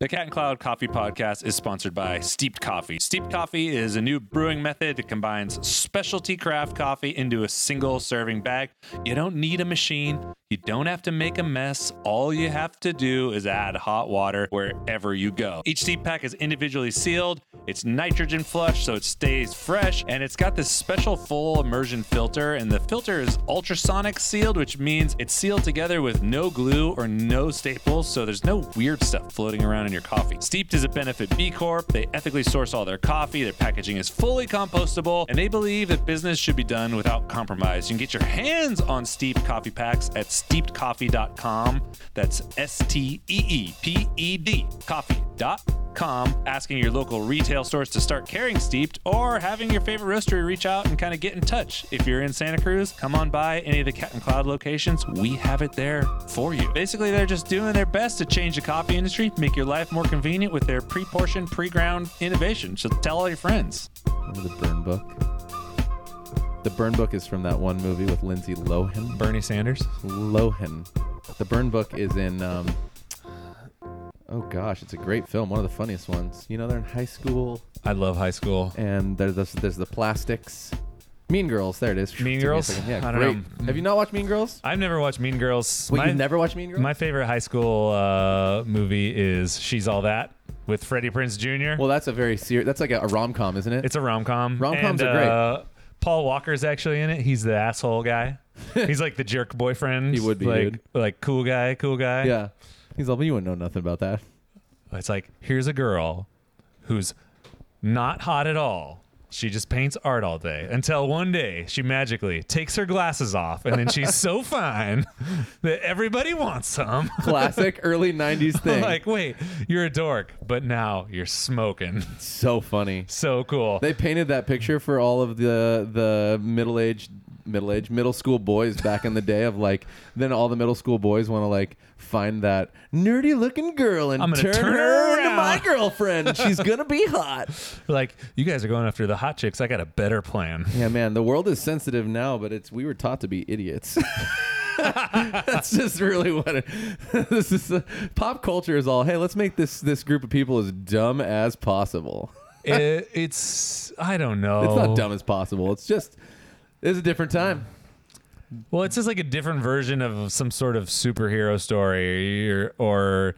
The Cat and Cloud Coffee Podcast is sponsored by Steeped Coffee. Steeped Coffee is a new brewing method that combines specialty craft coffee into a single serving bag. You don't need a machine, you don't have to make a mess. All you have to do is add hot water wherever you go. Each steep pack is individually sealed, it's nitrogen flushed so it stays fresh, and it's got this special full immersion filter. And the filter is ultrasonic sealed, which means it's sealed together with no glue or no staples, so there's no weird stuff floating around in your coffee. Steeped is a benefit B Corp. They ethically source all their coffee, their packaging is fully compostable, and they believe that business should be done without compromise. You can get your hands on Steeped coffee packs at steepedcoffee.com. That's S T E E P E D coffee.com. Asking your local retail stores to start carrying Steeped or having your favorite roastery reach out and kind of get in touch. If you're in Santa Cruz, come on by any of the Cat and Cloud locations. We have it there for you. Basically, they're just doing their best to change the coffee industry, make your life more convenient with their pre portioned, pre ground innovation. So tell all your friends. Remember the burn book? The burn book is from that one movie with Lindsay Lohan. Bernie Sanders. Lohan. The burn book is in. Um, oh gosh, it's a great film. One of the funniest ones. You know, they're in high school I love high school. and there's the, there's the plastics. Mean Girls. There it is. Took me a Girls? second. Yeah, I don't great. Have you not watched Mean Girls? I've never watched Mean Girls. Wait, you never watched Mean Girls? My favorite high school uh, movie is She's All That with Freddie Prince Jr. well, that's a very serious. That's like a, a rom com, isn't it? it's a rom com. Rom-coms And, are great. Uh, Paul Walker's actually in it. He's the asshole guy. He's like the jerk boyfriend. He would be, like, dude. like cool guy, cool guy. yeah. He's like, you wouldn't know nothing about that. It's like here's a girl who's not hot at all. She just paints art all day until one day she magically takes her glasses off, and then she's so fine that everybody wants some. Classic early '90s thing. like, wait, you're a dork, but now you're smoking. so funny. so cool. They painted that picture for all of the the middle aged middle aged middle school boys back in the day of like then all the middle school boys want to like find that nerdy looking girl and I'm gonna turn, turn her her into my around. girlfriend. She's gonna be hot. like, you guys are going after the hot chicks. I got a better plan. Yeah, man, the world is sensitive now, but it's we were taught to be idiots. That's just really what it, this is. uh, pop culture is all. Hey, let's make this this group of people as dumb as possible. It- it's I don't know. It's not dumb as possible. It's just it's a different time. Well, it's just like a different version of some sort of superhero story or or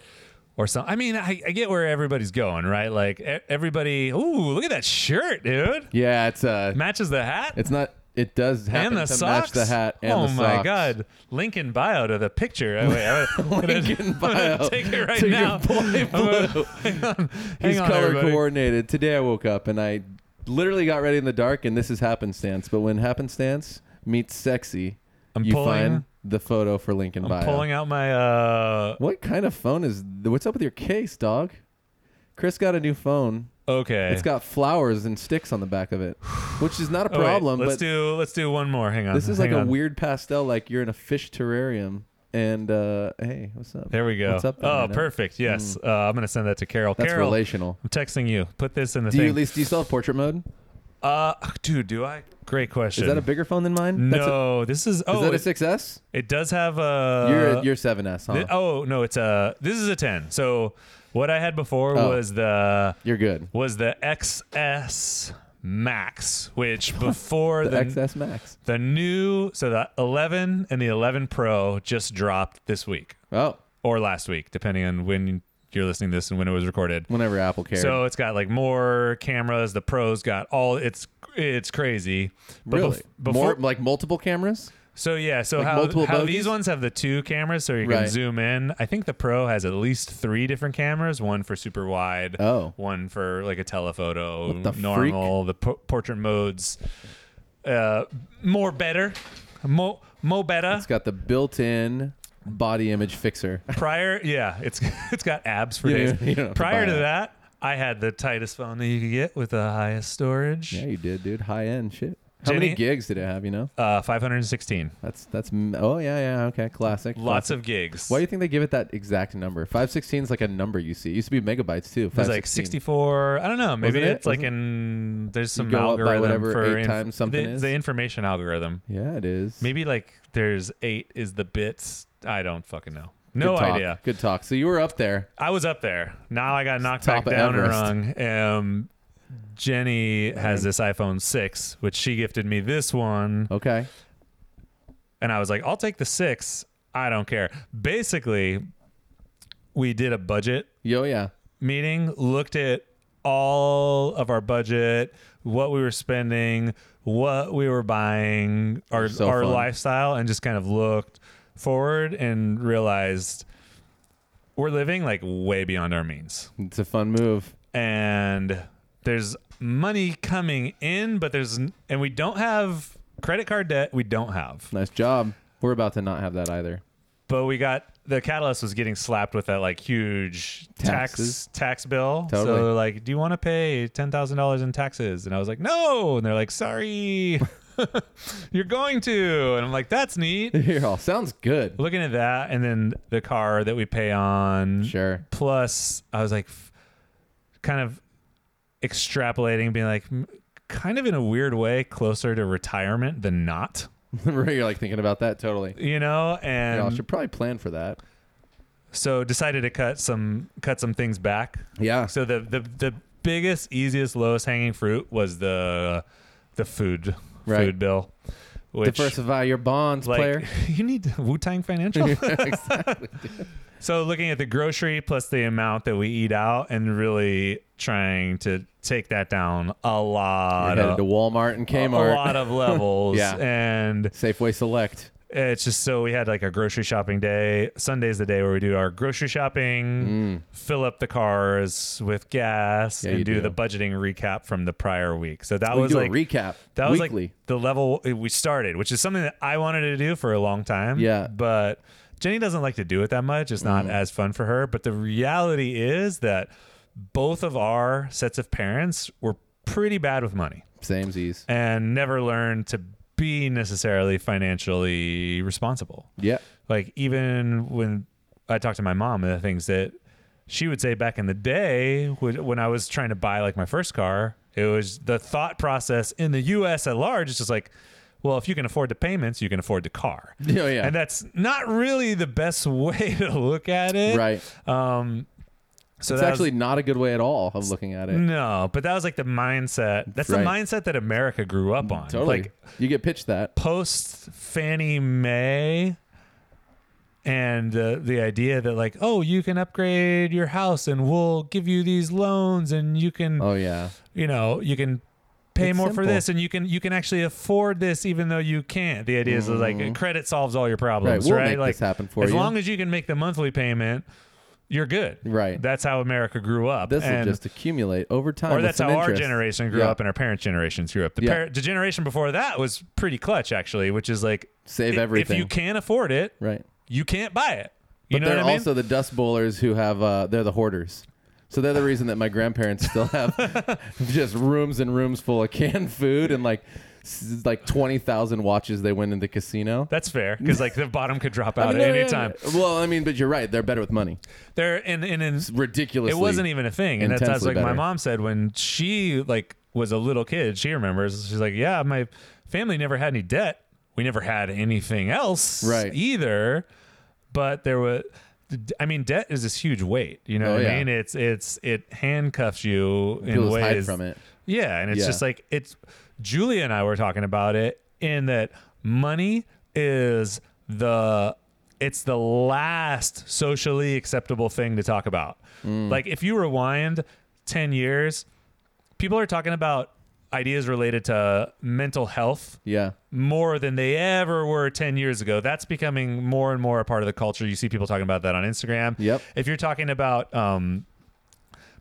or some. I mean, I, I get where everybody's going, right? Like e- everybody. Ooh, look at that shirt, dude. Yeah, it's uh Matches the hat. It's not. It does happen and the to socks, match the hat and oh the my socks. God, Lincoln bio to the picture. Oh, wait, I- I'm gonna- Lincoln I'm gonna bio Take it right to your now. boy I'm gonna- hang on, He's hang on, color everybody. coordinated. Today I woke up and I literally got ready in the dark, and this is happenstance. But when happenstance meets sexy, I'm you pulling- find the photo for Lincoln bio. pulling out my uh What kind of phone is? What's up with your case, dog? Chris got a new phone. okay It's got flowers and sticks on the back of it, which is not a Oh, wait, problem. let's but do let's do one more hang on this is hang like on. a weird pastel, like you're in a fish terrarium. And uh, hey, what's up? there we go What's up? oh Diana? perfect yes uh, i'm gonna send that to carol That's carol relational. i'm texting you put this in the Do thing you at least do you still have portrait mode? uh dude do i great question Is that a bigger phone than mine? That's a, no this is is oh that a it, uh, 6S? it does have a you're a, you're 7S, huh? thi- oh no it's a this is a 10 so what i had before Oh. was the you're good. was the xs max which before the, The, XS Max. The new, so the 11 and the 11 Pro just dropped this week Oh, or last week, depending on when you're listening to this and when it was recorded. whenever Apple cared. So it's got like more cameras. The Pro's got all. It's it's crazy. But really, bef- more before, like multiple cameras. so yeah. So like how, multiple how bogeys? these ones have the two cameras, so you can Right. zoom in. I think the Pro has at least three different cameras. One for super wide. Oh. One for like a telephoto. What the freak? normal. The po- portrait modes. Uh, more better. Mo mo better. It's got the built-in body image fixer. prior yeah it's it's got abs for You days don't- you don't have to prior buy to it. that i had the tightest phone that you could get with the highest storage yeah, you did, dude. High end shit. How Jenny- many gigs did it have? You know, uh 516 that's that's. m- Oh yeah, yeah. Okay, classic. lots classic. of gigs Why do you think they give it that exact number? Five sixteen is like a number you see. It used to be megabytes too. it was like 64 i don't know maybe Wasn't it? it's like Wasn't in there's some go up by algorithm whatever for eight times something the, is? the information algorithm Yeah, it is. maybe like there's eight is the bits i don't fucking know No Good talk. idea. Good talk. So you were up there. I was up there. Now I got knocked Top back of down Everest. and wrong. Um, Jenny has this iPhone 6, which she gifted me this one. Okay. And I was like, I'll take the 6. I don't care. Basically, we did a budget Yo, yeah. meeting, looked at all of our budget, what we were spending, what we were buying, our So our fun. lifestyle, and just kind of looked forward and realized we're living like way beyond our means. It's a fun move. And there's money coming in, but there's n- and we don't have credit card debt. We don't have, Nice job. We're about to not have that either. but we got the catalyst was getting slapped with that like huge Taxes. tax tax bill. Totally. So they're like, do you want to pay ten thousand dollars in taxes? And I was like, no. And they're like, sorry, you're going to. And I'm like, that's neat. You're all sounds good. Looking at that, and then the car that we pay on. Sure. plus i was like f- kind of extrapolating being like m- kind of in a weird way closer to retirement than not You're like thinking about that totally. you know and Y'all should probably plan for that. so decided to cut some cut some things back Yeah. so the the, the biggest easiest lowest hanging fruit was the the food Right. food bill which Diversify your bonds, like player. you need Wu Tang Financial. So looking at the grocery plus the amount that we eat out, and really trying to take that down a You're lot, headed of, to Walmart and a Kmart. lot of levels, Yeah. and Safeway Select. it's just so we had like a grocery shopping day. Sunday's the day where we do our grocery shopping, fill up the cars with gas, Mm. Yeah, you and do, do. the budgeting recap from the prior week. So that We was do like a recap that was weekly. like the level uh, we started, which is something that I wanted to do for a long time. Yeah. Mm. But Jenny doesn't like to do it that much. It's not as fun for her. But the reality is that both of our sets of parents were pretty bad with money Same Samesies. and never learned to be necessarily financially responsible. Yeah. Like even when I talked to my mom, the things that she would say back in the day when when I was trying to buy like my first car, it was the thought process in the U.S. at large is just like, well, if you can afford the payments, you can afford the car, Oh, yeah. and that's not really the best way to look at it. right. Um, so It's that was- Mm, actually not a good way at all of looking at it. no, but that was like the mindset. That's Right. the mindset that America grew up on. Totally. Like you get pitched that. post Fannie Mae and uh, the idea that like oh you can upgrade your house and we'll give you these loans and you can Oh yeah. you know you can pay It's more for simple. this and you can you can actually afford this even though you can't the idea is that, like credit solves all your problems Mm-hmm. Right, right, we'll make like this happen for as you. long as you can make the monthly payment you're good Right. that's how america grew up This and will just accumulate over time. or with that's some how our interest. generation grew Yeah. up and our parents' generations grew up. The, Yeah. par- the generation before that was pretty clutch, actually, which is like Save i- everything. If you can't afford it, Right. you can't buy it. You But know they're what I mean? also the dust bowlers who have uh, they're the hoarders. So they're the reason that my grandparents still have just rooms and rooms full of canned food and like s- like twenty thousand watches they win in the casino. that's fair because like the bottom could drop I out mean, at no, any yeah, time. yeah. Well, I mean, but you're right. They're better with money. There and and, and Ridiculous. it wasn't even a thing, and that's, that's intensely like my better. mom said when she like was a little kid. She remembers. She's like, yeah, my family never had any debt. We never had anything else Right. either. But there was. I mean, debt is this huge weight. You know Oh, what I yeah. mean? It's it's it handcuffs you in People just hide ways. from it. Yeah, and it's Yeah. just like it's Julia and I were talking about it in that money is the it's the last socially acceptable thing to talk about. Like if you rewind 10 years, people are talking about ideas related to mental health Yeah. more than they ever were 10 years ago. That's becoming more and more a part of the culture. You see people talking about that on Instagram. Yep. If you're talking about um,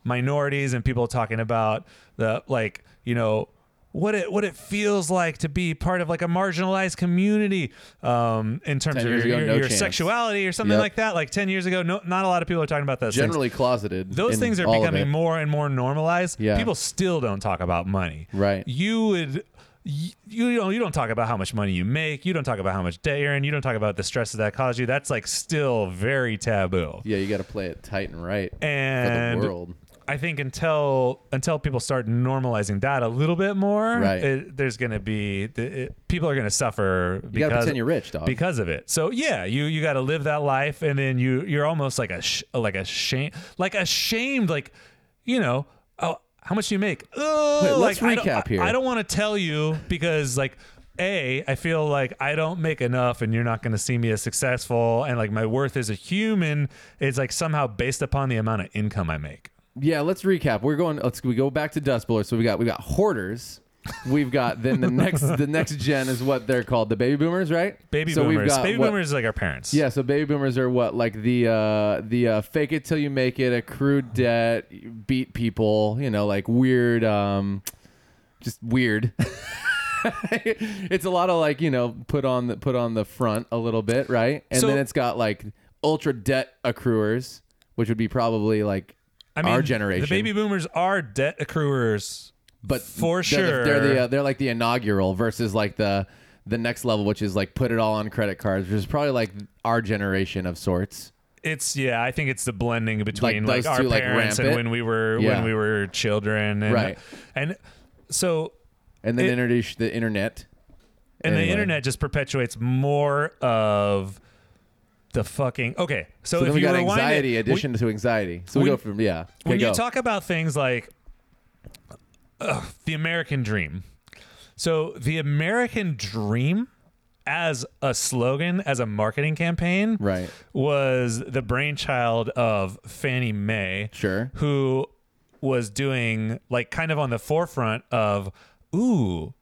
minorities and people talking about the, like, you know, what it what it feels like to be part of like a marginalized community um, in terms 10 of your, years ago, your, no your chance. sexuality or something Yep. like that. Like 10 years ago, no, not a lot of people are talking about those things. Generally closeted. Those in things are all of becoming it. more and more normalized. Yeah. People still don't talk about money. Right. You would you, you don't you don't talk about how much money you make. You don't talk about how much debt you're in. You don't talk about the stresses that cause you. That's like still very taboo. Yeah, you got to play it tight and right for And the world. I think until until people start normalizing that a little bit more, Right. it, there's going to be the, it, people are going to suffer because gotta pretend you're rich, dog. because of it. So yeah, you you got to live that life, and then you you're almost like a sh- like a shame like ashamed like you know oh how much do you make? Oh, Wait, let's like, I don't- recap I- here. I don't want to tell you because like. A, I feel like I don't make enough and you're not going to see me as successful. And like my worth as a human is like somehow based upon the amount of income I make. Yeah, let's recap. We're going. Let's we go back to Dust Bowler. So we got we got hoarders. We've got then the next the next gen is what they're called the baby boomers, right? Baby so boomers. We've got Baby what- boomers is like our parents. Yeah, so baby boomers are what like the uh, the uh, fake it till you make it, accrue debt, beat people, you know, like weird, um, just weird. it's a lot of like you know put on the put on the front a little bit, right? And So- then it's got like ultra debt accruers, which would be probably like our generation. The baby boomers are debt accruers. but for they're sure. the, they're the uh, they're like the inaugural versus like the the next level, which is like put it all on credit cards, which is probably like our generation of sorts. it's yeah, I think it's the blending between like, Like those our two, like, parents and rampant? when we were Yeah. when we were children and Right. and so and then It- introduce the internet. and the Anyway. internet just perpetuates more of the fucking okay. So, So if then we you got rewind it- anxiety we- addition to anxiety. So we when- go from yeah. Okay, when you go. talk about things like ugh, the American dream, so the American dream as a slogan, as a marketing campaign, Right. was the brainchild of Fannie Mae, Sure. who was doing like kind of on the forefront of, ooh.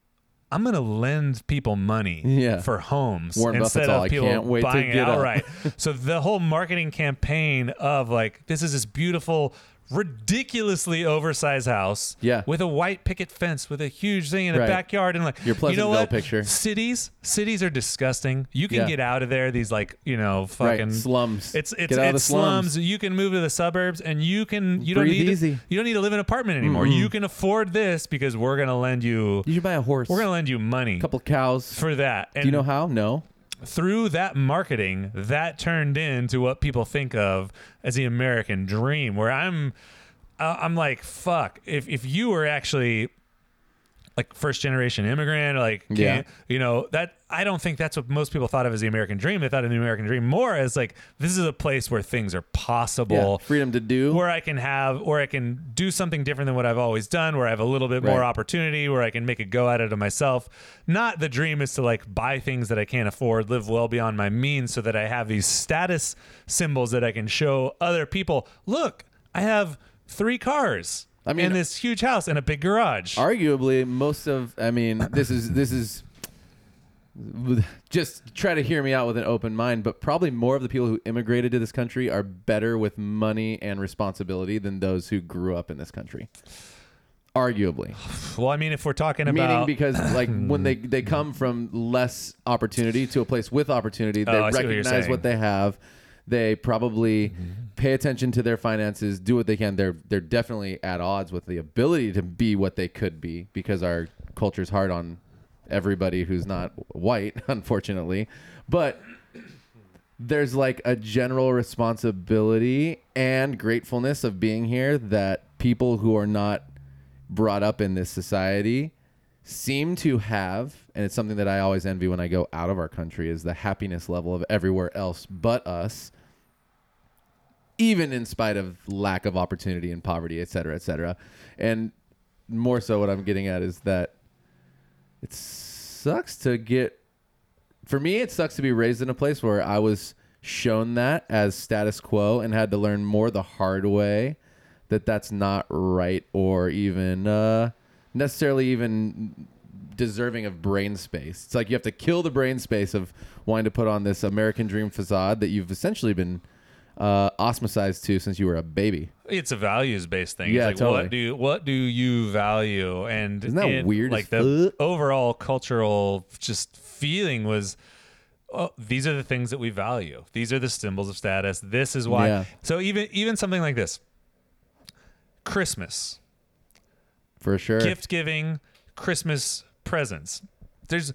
I'm gonna lend people money Yeah. for homes Warren Buffett's instead all, of "I people can't wait to buying it get up." outright. Right. so the whole marketing campaign of like this is this beautiful ridiculously oversized house Yeah. with a white picket fence with a huge thing in a Right. backyard and like Your you know Pleasantville what picture. cities cities are disgusting you can Yeah. get out of there these like you know Right. fucking Slums. it's it's Get out of the it's slums. You can move to the suburbs, and you can you don't Breathe need easy. you don't need to live in an apartment anymore. You can afford this because we're gonna lend you You should buy a horse. we're gonna lend you money couple cows. for that. And Do you know how? No. through that marketing, that turned into what people think of as the American dream, where I'm, uh, I'm like, fuck, if, if you were actually like first generation immigrant, like, can't, you know, that I don't think that's what most people thought of as the American dream. They thought of the American dream more as like, this is a place where things are possible yeah. Freedom to do. where I can have, where I can do something different than what I've always done, where I have a little bit more Right. opportunity, where I can make a go at it of myself. Not the dream is to like buy things that I can't afford, live well beyond my means, so that I have these status symbols that I can show other people. Look, I have three cars. I mean- and this huge house and a big garage. arguably most of i mean this is this is just try to hear me out with an open mind but probably more of the people who immigrated to this country are better with money and responsibility than those who grew up in this country arguably well, I mean, if we're talking meaning about because like when they they come from less opportunity to a place with opportunity they Oh, I see what you're recognize saying. Mm-hmm. what they have they probably pay attention to their finances do what they can they're they're definitely at odds with the ability to be what they could be because our culture's hard on everybody who's not white unfortunately but there's like a general responsibility and gratefulness of being here that people who are not brought up in this society seem to have and it's something that I always envy when I go out of our country is the happiness level of everywhere else but us even in spite of lack of opportunity and poverty et cetera et cetera and more so what I'm getting at is that it sucks to get for me it sucks to be raised in a place where i was shown that as status quo and had to learn more the hard way that that's not right or even uh, necessarily even deserving of brain space it's like you have to kill the brain space of wanting to put on this american dream facade that you've essentially been uh, osmosized to since you were a baby it's a values based thing. it's Yeah, like totally. what do you, what do you value? And Isn't that in, weird as Like the fuck? overall cultural just feeling was. Oh, these are the things that we value. These are the symbols of status. This is why. Yeah. So even even something like this, Christmas, for sure gift giving, Christmas presents. There's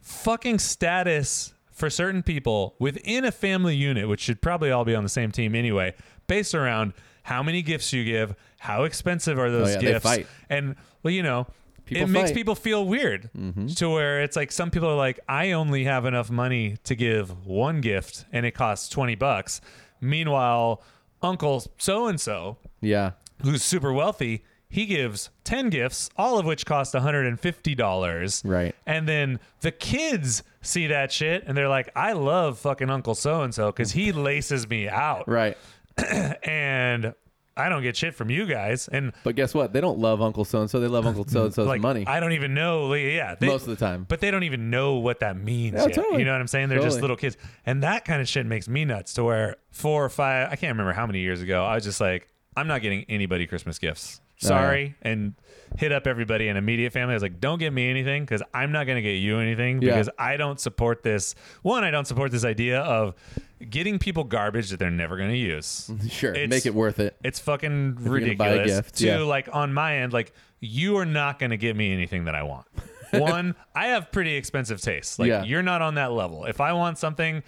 fucking status for certain people within a family unit, which should probably all be on the same team anyway, based around how many gifts you give, how expensive are those Oh, yeah, they gifts, fight. and well, you know, People it makes fight. Mm-hmm. people feel weird to where it's like some people are like, I only have enough money to give one gift, and it costs twenty bucks. Meanwhile, Uncle so and so Yeah. who's super wealthy, he gives 10 gifts, all of which cost $150. Right. And then the kids see that shit and they're like, I love fucking Uncle So and so because he laces me out. Right. And I don't get shit from you guys. And But guess what? They don't love Uncle So and so. They love Uncle So and so's like, money I don't even know. like, yeah. They, most of the time. but they don't even know what that means. Yeah, yet. totally. You know what I'm saying? They're just Totally. little kids. And that kind of shit makes me nuts to where four or five, I can't remember how many years ago, I was just like, I'm not getting anybody Christmas gifts. Oh, Sorry. And hit up everybody in immediate family. I was like, don't get me anything because I'm not going to get you anything Yeah. because I don't support this. One, I don't support this idea of getting people garbage that they're never going to use. sure. it's- Make it worth it. It's fucking gonna buy a ridiculous. gift, Two, yeah. like on my end, like you are not going to give me anything that I want. One, I have pretty expensive tastes. Like Yeah. you're not on that level. If I want something,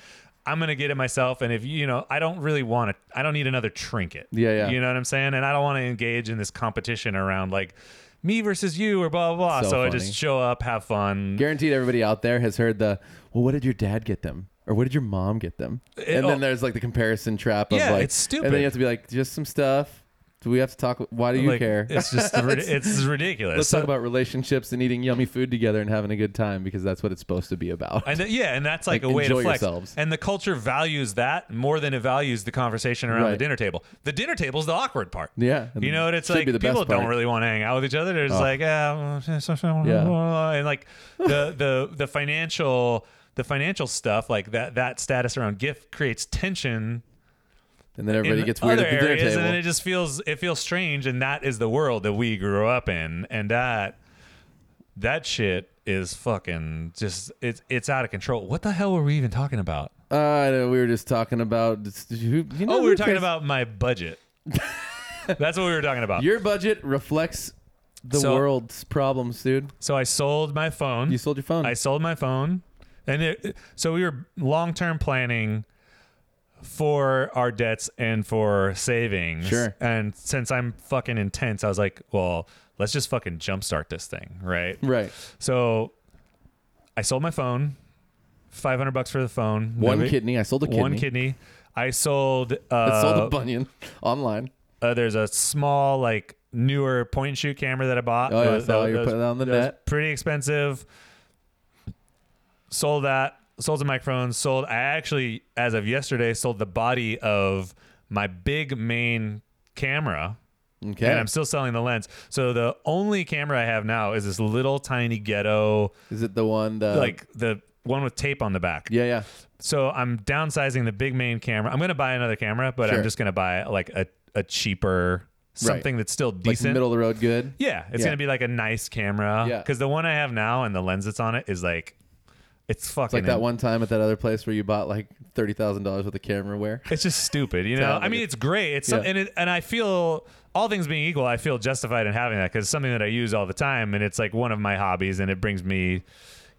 I'm going to get it myself. And if you you know, I don't really want to. I don't need another trinket. Yeah, yeah. You know what I'm saying? And I don't want to engage in this competition around like me versus you or blah blah. blah. So, So I funny. just show up, have fun. Guaranteed everybody out there has heard the, well, what did your dad get them? Or what did your mom get them? It- and then oh. there's like the comparison trap of Yeah, like, it's And then stupid. you have to be like, just some stuff. Do we have to talk? Why do you Like, care? It's just rid- it's ridiculous. Let's So- talk about relationships and eating yummy food together and having a good time because that's what it's supposed to be about. And th- yeah, and that's like, Like, a way to enjoy flex. yourselves. And the culture values that more than it values the conversation around the Right. dinner table. The dinner table is the awkward part. Yeah, and You know, and it's should like be the people best don't part. Oh. really want to hang out with each other. They're just like, ah, Yeah. and like the the the financial the financial stuff like that that status around gift creates tension and then everybody in gets weird other at the dinner areas, table. and then it just feels it feels strange. And that is the world that we grew up in, and that that shit is fucking just it's it's out of control. What the hell were we even talking about? uh, I know, we were just talking about. You know, Oh, we who were talking cares? about my budget. That's what we were talking about. your budget reflects the So- world's problems, dude. so I sold my phone. You sold your phone. I sold my phone, and it, so we were long term planning for our debts and for savings. Sure. And since I'm fucking intense, I was like, well, let's just fucking jumpstart this thing, right? right, So I sold my phone, five hundred bucks for the phone, one Nobody- kidney. I sold a kidney. one kidney. I sold. Uh, I sold a bunion online. uh, there's a small like newer point and shoot camera that I bought. Oh, yeah, I That- saw that- you that put was- it on the that was net. Pretty expensive. Sold that. Sold the microphones. Sold. I actually, as of yesterday, sold the body of my big main camera, Okay, and I'm still selling the lens. So the only camera I have now is this little tiny ghetto, is it the one that like the one with tape on the back. Yeah, yeah. So I'm downsizing the big main camera. I'm gonna buy another camera, but Sure. I'm just gonna buy like a, a cheaper something that's still Like decent. middle of the road, good. yeah, it's Yeah. gonna be like a nice camera. Yeah. Because the one I have now and the lens that's on it is like, it's fucking. Like that one time at that other place where you bought like thirty thousand dollars worth of camera wear. It's just stupid, you know. I Sounds like mean, it. it's great. It's some, Yeah. and it, and I feel all things being equal, I feel justified in having that because it's something that I use all the time, and it's like one of my hobbies, and it brings me,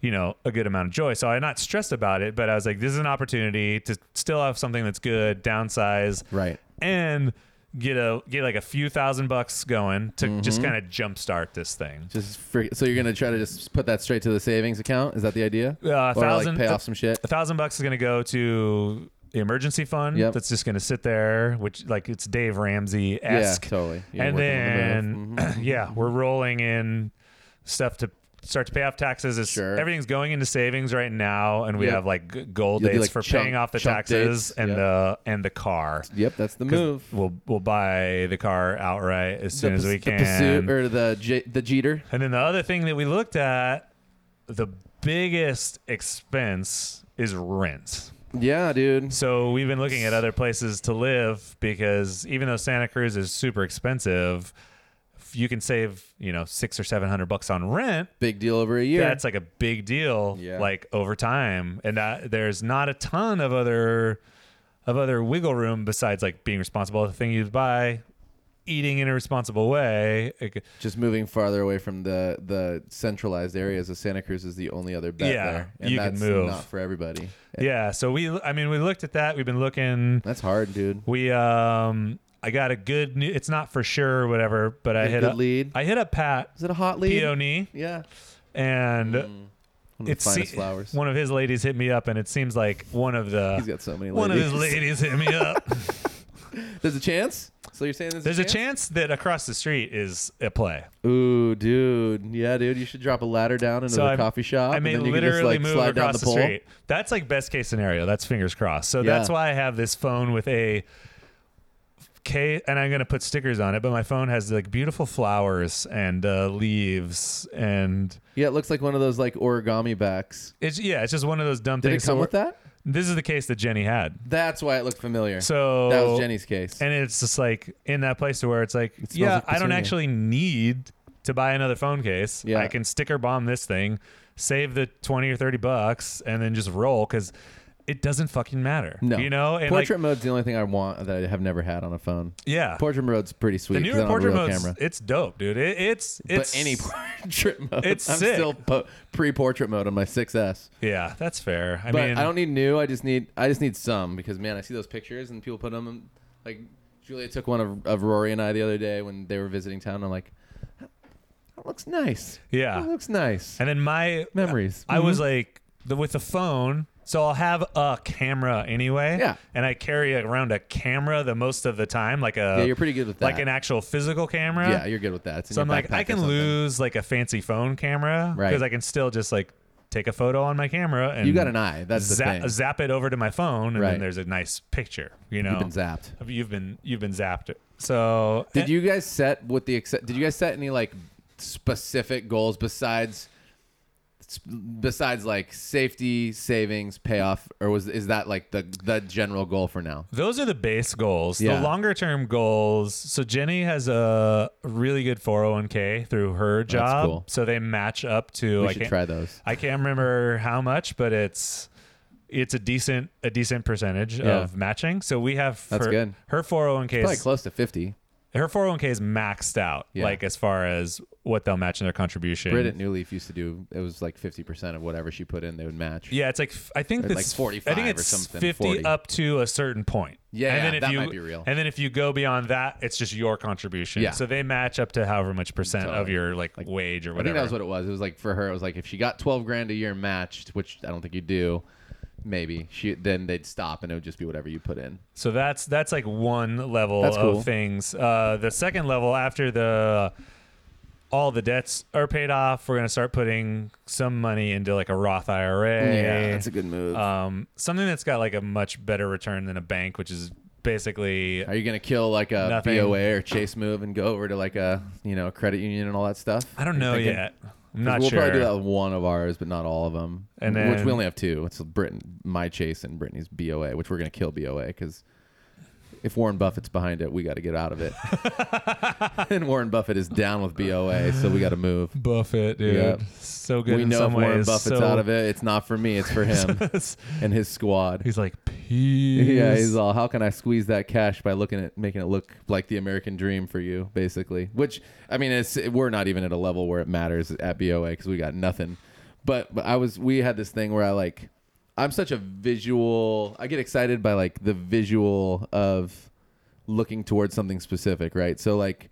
you know, a good amount of joy. So I'm not stressed about it, but I was like, this is an opportunity to still have something that's good, downsize, Right. and get a get like a few thousand bucks going to just Mm-hmm. kind of jumpstart this thing. Just freak so you're gonna try to just put that straight to the savings account? Is that the idea? Uh, a or thousand- like pay off some shit. A thousand bucks is going to go to the emergency fund. Yep. That's just going to sit there, which like it's Dave Ramsey esque. Yeah, totally. You're and working on the Mm-hmm. then yeah, we're rolling in stuff to start to pay off taxes. It's, Sure. Everything's going into savings right now, and we Yep. have like g- goal You'll do, dates like, for chunk- paying off the chunk taxes dates. and Yep. the and the car. Yep, that's the move. We'll we'll buy the car outright as The soon as pus- we can. The pursuit or the J- the Jeter. And then the other thing that we looked at, the biggest expense is rent. Yeah, dude. So we've been looking at other places to live because even though Santa Cruz is super expensive, if you can save, you know, six or seven hundred bucks on rent. Big deal over a year. That's like a big deal, Yeah. like over time. And that, there's not a ton of other of other wiggle room besides like being responsible with the thing you buy, eating in a responsible way. Like, just moving farther away from the the centralized areas of Santa Cruz is the only other bet Yeah, there, and you can that's move. not for everybody. yeah. So we, I mean, we looked at that. We've been looking. That's hard, dude. We um I got a good new. It's not for sure or whatever, but I Got a hit good up. lead? I hit up Pat Is it a hot lead? Peony, Yeah. and One of it's the finest flowers. one of his ladies hit me up, and it seems like one of the He's got so many ladies. one of his ladies hit me up. There's a chance? So you're saying there's, There's a a chance? chance that across the street is a play. Ooh, dude. Yeah, dude. You should drop a ladder down into So the I'm- coffee shop. I may and then you can literally just, like, move slide down across the, the, pole. street. That's like best case scenario. That's fingers crossed. So that's Yeah. why I have this phone with a K, and I'm gonna put stickers on it. But my phone has like beautiful flowers and uh, leaves, and Yeah, it looks like one of those like origami backs. it's yeah, it's just one of those dumb Did things. it come So with that? This is the case that Jenny had. That's why it looked familiar. So that was Jenny's case. and it's just like in that place to where it's like, smells yeah, like I don't petunia. actually need to buy another phone case. Yeah. I can sticker bomb this thing, save the twenty or thirty bucks, and then just roll because it doesn't fucking matter. no, you know, and portrait like, mode's the only thing I want that I have never had on a phone. yeah, Portrait mode's pretty sweet. the 'cause newer I don't have a portrait real mode, camera. it's dope, dude. It, it's it's but any portrait mode, it's I'm sick. still po- pre-portrait mode on my 6s. yeah, that's fair. I But mean, I don't need new. I just need I just need some because man, I see those pictures and people put them in, like Julia took one of, of Rory and I the other day when they were visiting town. I'm like, that looks nice. Yeah. that looks nice. and then my Memories. I was like the, with the phone, so I'll have a camera anyway. Yeah. And I carry around a camera the most of the time, like a Yeah, you're pretty good with that. like an actual physical camera. yeah, you're good with that. It's in so your I'm like, backpack I or can something. lose like a fancy phone camera Right. because I can still just like take a photo on my camera and You got an eye. That's the zap, thing. zap it over to my phone, and Right. then there's a nice picture. You know, You've been zapped. You've been you've been zapped. So Did you guys set with the exce- did you guys set any like specific goals besides besides like safety savings payoff or was is that like the the general goal for now? Those are the base goals. Yeah. The longer term goals. So Jenny has a really good 401k through her job. cool. So they match up to We I should can't, try those. I can't remember how much, but it's it's a decent a decent percentage Yeah. of matching. So we have That's her, good. her 401k Probably is, close to 50. her 401k is maxed out Yeah. like as far as what they'll match in their contribution. Brit at Newleaf used to do it was like 50% of whatever she put in they would match. Yeah, it's like f- I think Or like it's 45 I think or it's something, 50 40. up to a certain point. Yeah, and yeah, then if that you, might be real. And then if you go beyond that, it's just your contribution. Yeah. So they match up to however much percent of Totally. your like, wage or I think whatever. that was what it was. It was like for her it was like if she got 12 grand a year matched, which I don't think you do, maybe she then they'd stop and it would just be whatever you put in. so that's that's like one level That's of cool. things. Uh, the second level after the all the debts are paid off, we're gonna start putting some money into like a Roth IRA. good move. um, something that's got like a much better return than a bank, which is basically Are you gonna kill like a Nothing. BOA or Chase move and go over to like a you know credit union and all that stuff? I don't Are you know thinking- yet. 'Cause I'm not we'll sure. probably do that with one of ours, but not all of them. And which then- we only have two. It's Britain, my Chase, and Brittany's BOA, which we're gonna kill BOA because if Warren Buffett's behind it, we got to get out of it. and Warren Buffett is down with BOA, so we got to move. Buffett, dude. Yeah. So good we in know some if ways. Warren Buffett's so- out of it, it's not for me. It's for him and his squad. he's like, peace. Yeah, he's all, how can I squeeze that cash by looking at making it look like the American dream for you, basically? Which, I mean, it's we're not even at a level where it matters at BOA because we got nothing. But, but I was, we had this thing where I like, I'm such a visual, I get excited by like the visual of looking towards something specific, right? So, like,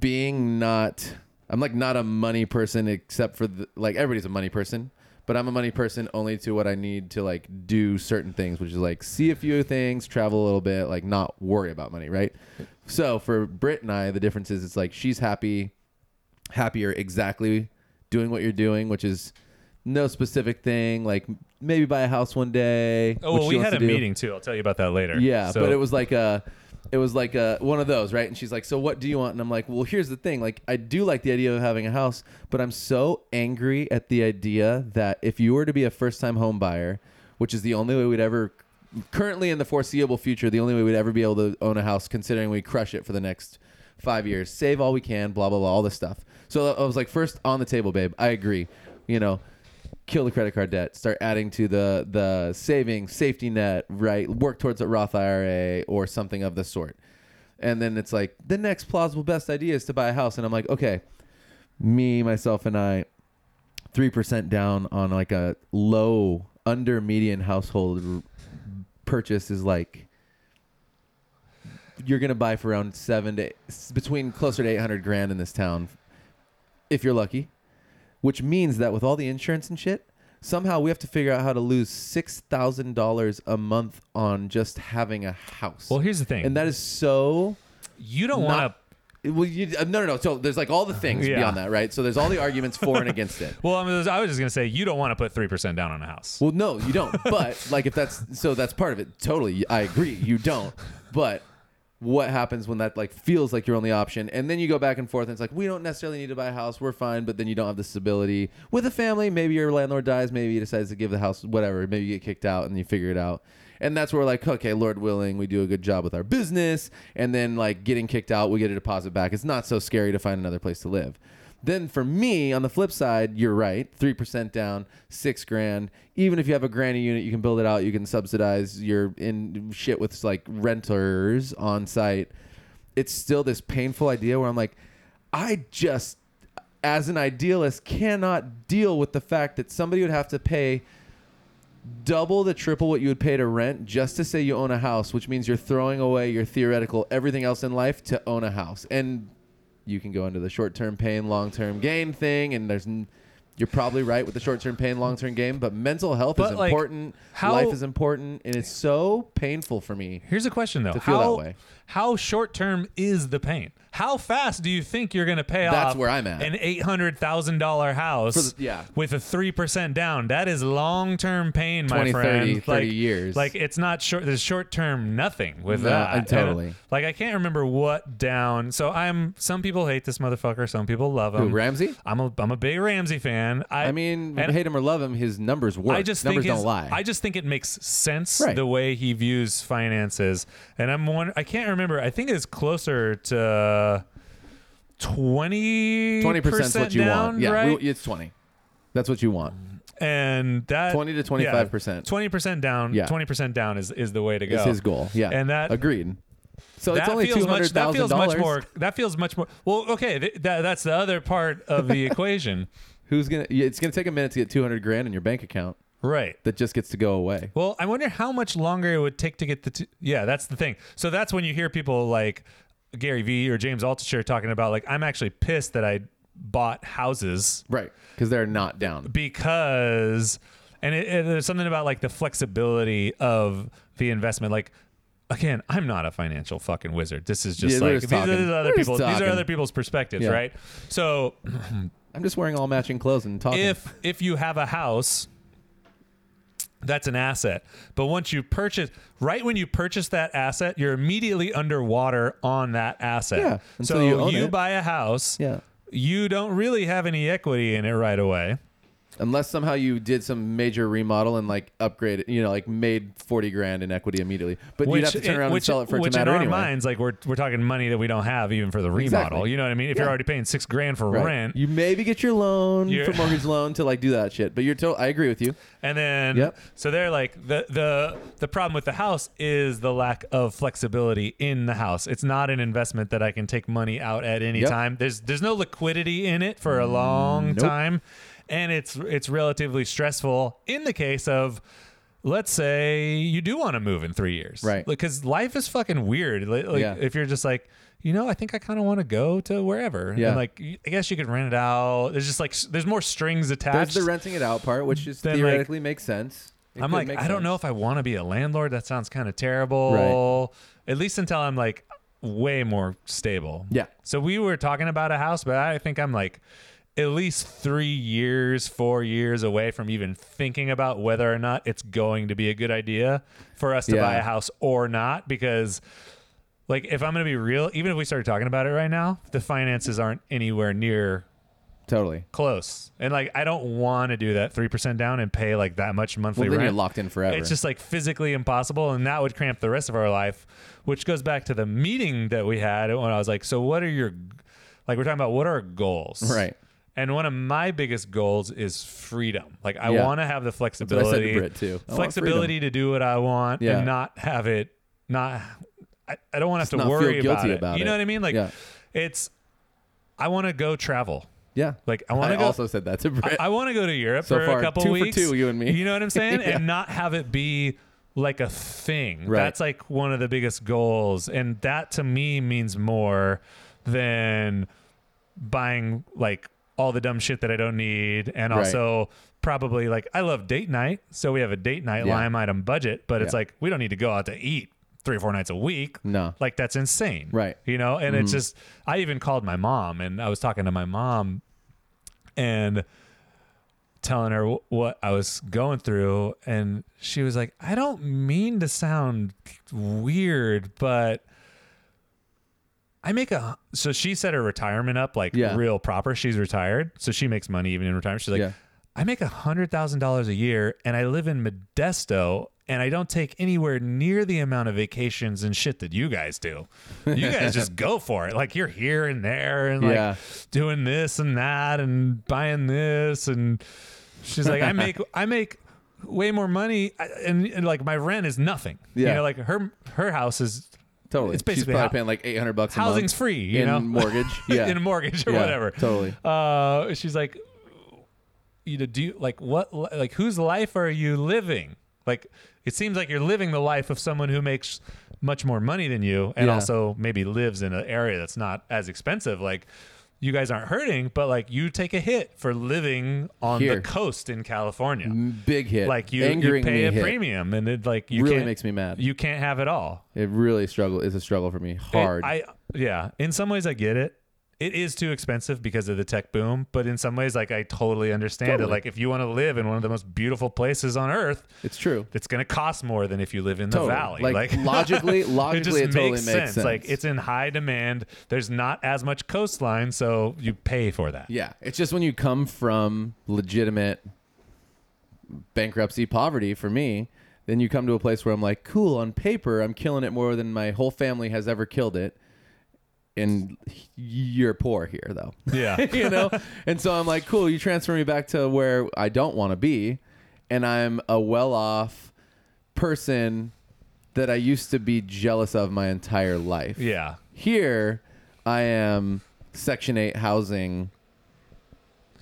being not I'm like not a money person except for the, like everybody's a money person, but I'm a money person only to what I need to like do certain things, which is like see a few things, travel a little bit, like not worry about money, right? So for Britt and I, the difference is it's like she's happy happier exactly doing what you're doing, which is no specific thing, like maybe buy a house one day. Oh, which well, we she wants had a to do. meeting too. I'll tell you about that later. Yeah, So- but it was like a, it was like a one of those, right? And she's like, "So what do you want?" And I'm like, "Well, here's the thing. Like, I do like the idea of having a house, but I'm so angry at the idea that if you were to be a first-time home buyer, which is the only way we'd ever, currently in the foreseeable future, the only way we'd ever be able to own a house, considering we crush it for the next five years, save all we can, blah blah blah, all this stuff." So I was like, first on the table, babe. I agree. You know, kill the credit card debt start adding to the the savings safety net right work towards a roth ira or something of the sort and then it's like the next plausible best idea is to buy a house and i'm like okay me myself and i 3% down on like a low under median household r- purchase is like you're gonna buy for around seven to s- between closer to eight hundred grand in this town, if you're lucky. Which means that with all the insurance and shit, somehow we have to figure out how to lose six thousand dollars a month on just having a house. Well, here's the thing. and that is so you don't not- want to. well, you, uh, no, no, no. So there's like all the things Yeah. beyond that, right? So there's all the arguments for and against it. Well, I, mean, I was just gonna say you don't want to put three percent down on a house. Well, no, you don't. But like, if that's so, that's part of it. Totally, I agree. You don't. But what happens when that like feels like your only option, and then you go back and forth, and it's like we don't necessarily need to buy a house. We're fine, but then you don't have the stability with a family. Maybe your landlord dies. Maybe he decides to give the house whatever. Maybe you get kicked out, and you figure it out. And that's where like, okay, Lord willing, we do a good job with our business, and then like getting kicked out, we get a deposit back. It's not so scary to find another place to live. Then for me, on the flip side, you're right. Three percent down, six grand. Even if you have a granny unit, you can build it out. You can subsidize your in shit with like renters on site. It's still this painful idea where I'm like, I just, as an idealist, cannot deal with the fact that somebody would have to pay double the triple what you would pay to rent just to say you own a house, which means you're throwing away your theoretical everything else in life to own a house. And you can go into the short term pain, long term gain thing, and there's n- you're probably right with the short term pain, long term gain, but mental health But, is like, important. how- life is important, and it's so painful for me. Here's a question though: To feel that how way. how short term is the pain? How fast do you think you're gonna pay off? That's where I'm at. An eight hundred thousand dollar house, For the- yeah. with a three percent down. That is long term pain, my 20, 30, friend. 30 years. Like it's not short. There's short term nothing with No, that. I- And, totally. like I can't remember what down. So I'm. Some people hate this motherfucker. Some people love him. Who, Ramsey? I'm a I'm a big Ramsey fan. I, I mean, and hate him or love him, his numbers work. I just numbers think his- don't lie. I just think it makes sense Right. the way he views finances, and I'm one. I can't remember. I think it's closer to twenty 20% is what you down, want. Yeah, right? we- it's 20. That's what you want. and that 20 to 25%. Twenty percent down. Yeah. twenty percent down is is the way to go. Is his goal. Yeah. And that- agreed. So That it's only feels two much. hundred That thousand feels much dollars. more. That feels much more. Well, okay. Th- that, that's the other part of the equation, Who's gonna? yeah, It's gonna take a minute to get two hundred grand in your bank account right? that just gets to go away. Well, I wonder how much longer it would take to get the. T- yeah, that's the thing. So that's when you hear people like Gary Vee or James Altucher talking about like I'm actually pissed that I bought houses Right, because they're not down. because, and it, it- there's something about like the flexibility of the investment, like. Again, I'm not a financial fucking wizard. This is just Yeah, we're like just these, talking. are- these are other We're just people. These are talking. other people's perspectives, Yeah. right? So I'm just wearing all matching clothes and talking. if if you have a house that's an asset but once you purchase right when you purchase that asset you're immediately underwater on that asset Yeah, until so you you, own it. buy a house yeah, you don't really have any equity in it right away unless somehow you did some major remodel and like upgraded, you know, like made forty grand in equity immediately, but you'd have to turn around which, and sell it for it which to matter in our anyway. minds like we're, we're talking money that we don't have even for the remodel Exactly. you know what i mean if you're already paying six grand for Right. rent You maybe get your loan You're- for mortgage loan to like do that shit, but you're to- I agree with you. And then Yep. so they're like the the the problem with the house is the lack of flexibility in the house. It's not an investment that I can take money out at any Yep. Mm, time. There's there's no liquidity in it for a long time and it's it's relatively stressful in the case of let's say you do want to move in 3 years. Right. Because life is fucking weird. Like, like, Yeah. if you're just like you know, I think I kind of want to go to wherever. Yeah. And like, I guess you could rent it out. There's just like, s- there's more strings There's attached. the renting it out part, which is Then, like- theoretically makes sense. It I'm could like, make I don't sense. know if I want to be a landlord. That sounds kind of terrible. At least until I'm like way more stable. Yeah. So we were talking about a house, but I think I'm like at least three years, four years away from even thinking about whether or not it's going to be a good idea for us to Yeah. buy a house or not. Because, like, if I'm going to be real, even if we started talking about it right now, the finances aren't anywhere near Totally. close. And like, I don't want to do that 3% down and pay like that much monthly Well, then rent. you're locked in forever. It's just like physically impossible, and that would cramp the rest of our life. Which goes back to the meeting that we had when I was like, "So, what are your, like, we're talking about what are our goals, Right. And one of my biggest goals is freedom. Like, I Yeah. want to have the what I said to flexibility, Britt, too. I want flexibility to do what I want Yeah. and not have it, not, I, I don't want to not have to feel worry about guilty it. about you it. know what I mean? Like, Yeah. it's, I want to go travel. Yeah. Like, I want I to go. also said that to Britt. I want to go to Europe So for far, a couple two for weeks. two, you and me. You know what I'm saying? Yeah. And not have it be like a thing. Right. That's like one of the biggest goals. And that to me means more than buying like all the dumb shit that I don't need. And Right. also probably like I love date night. So we have a date night Yeah. line item budget, but it's Yeah. like we don't need to go out to eat three or four nights a week. No. Like that's insane. Right. Mm-hmm. You know, and it's just I even called my mom and I was talking to my mom and telling her wh- what I was going through, and she was like, "I don't mean to sound weird, but I make a." So she set her retirement up like Yeah. real proper. She's retired, so she makes money even in retirement. She's like, Yeah. "I make a hundred thousand dollars a year, and I live in Modesto." And I don't take anywhere near the amount of vacations and shit that you guys do. You guys just go for it. Like you're here and there and like Yeah. doing this and that and buying this and she's like i make i make way more money I- and, and like my rent is nothing you Yeah. know like her her house is Totally. It's basically She's probably hou- paying like 800 bucks a month housing's free you in know mortgage. Yeah. in a mortgage or Yeah, whatever Totally. uh she's like you know do you like what li- like whose life are you living like it seems like you're living the life of someone who makes much more money than you and Yeah. also maybe lives in an area that's not as expensive like you guys aren't hurting but like you take a hit for living on the Here. coast in california Big hit. like you, you angering pay me a hit. premium and it like you Really can't, makes me mad. you can't have it all It really struggle is a struggle for me. it- Hard. I yeah. In some ways, I get it. It is too expensive because of the tech boom, but in some ways, like I totally understand it. Totally. Like if you want to live in one of the most beautiful places on earth, it's true. it's going to cost more than if you live in the Totally. valley. Like, logically- logically, just it totally makes sense. Like it's in high demand. There's not as much coastline, so you pay for that. Yeah. It's just when you come from legitimate bankruptcy poverty for me, then you come to a place where I'm like, cool, on paper, I'm killing it more than my whole family has ever killed it. And you're poor here, though. Yeah. you know? And so I'm like, cool, you transfer me back to where I don't want to be. And I'm a well off person that I used to be jealous of my entire life. yeah. Here, I am Section 8 housing,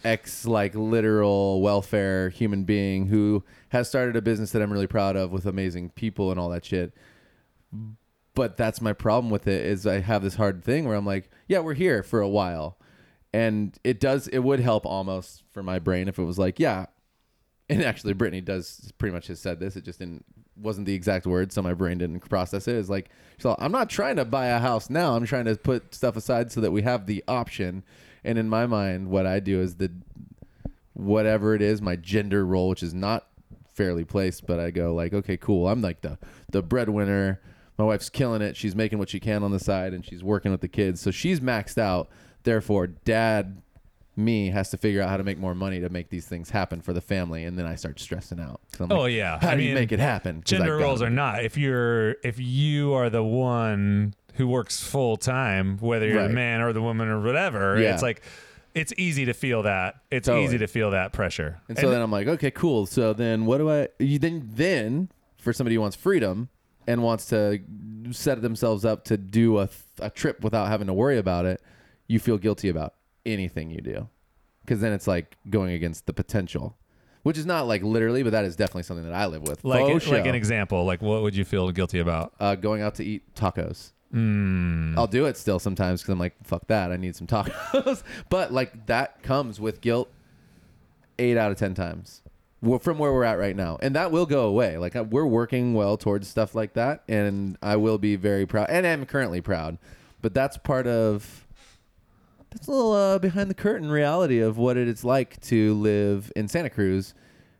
ex like literal welfare human being who has started a business that I'm really proud of with amazing people and all that shit. But that's my problem with it is I have this hard thing where I'm like, yeah, we're here for a while. And it does it would help almost for my brain if it was like, yeah. And actually Brittany does pretty much has said this. It just didn't wasn't the exact word, so my brain didn't process it. It's like so I'm not trying to buy a house now. I'm trying to put stuff aside so that we have the option. And in my mind, what I do is the whatever it is, my gender role, which is not fairly placed, but I go like, okay, cool. I'm like the the breadwinner. My wife's killing it. She's making what she can on the side and she's working with the kids. So she's maxed out. Therefore, dad me has to figure out how to make more money to make these things happen for the family and then I start stressing out. 'Cause I'm Oh, like, yeah. How I do you mean, make it happen? 'Cause Gender I've got roles it. are not. If you're if you are the one who works full time, whether you're the Right. man or the woman or whatever, Yeah. it's like it's easy to feel that. It's Totally. easy to feel that pressure. And so then I'm like, okay, cool. So then what do I you then then for somebody who wants freedom and wants to set themselves up to do a, th- a trip without having to worry about it, you feel guilty about anything you do. Cuz then it's like going against the potential, which is not like literally, but that is definitely something that I live with. like Faux like show. an example, like what would you feel guilty about? uh, going out to eat tacos. I'll do it still sometimes because I'm like, fuck that, I need some tacos. but like that comes with guilt eight out of 10 times Well, from where we're at right now. And that will go away. Like I- we're working well towards stuff like that. And I will be very proud. And I'm currently proud. But that's part of. That's a little uh, behind the curtain reality of what it is like to live in Santa Cruz,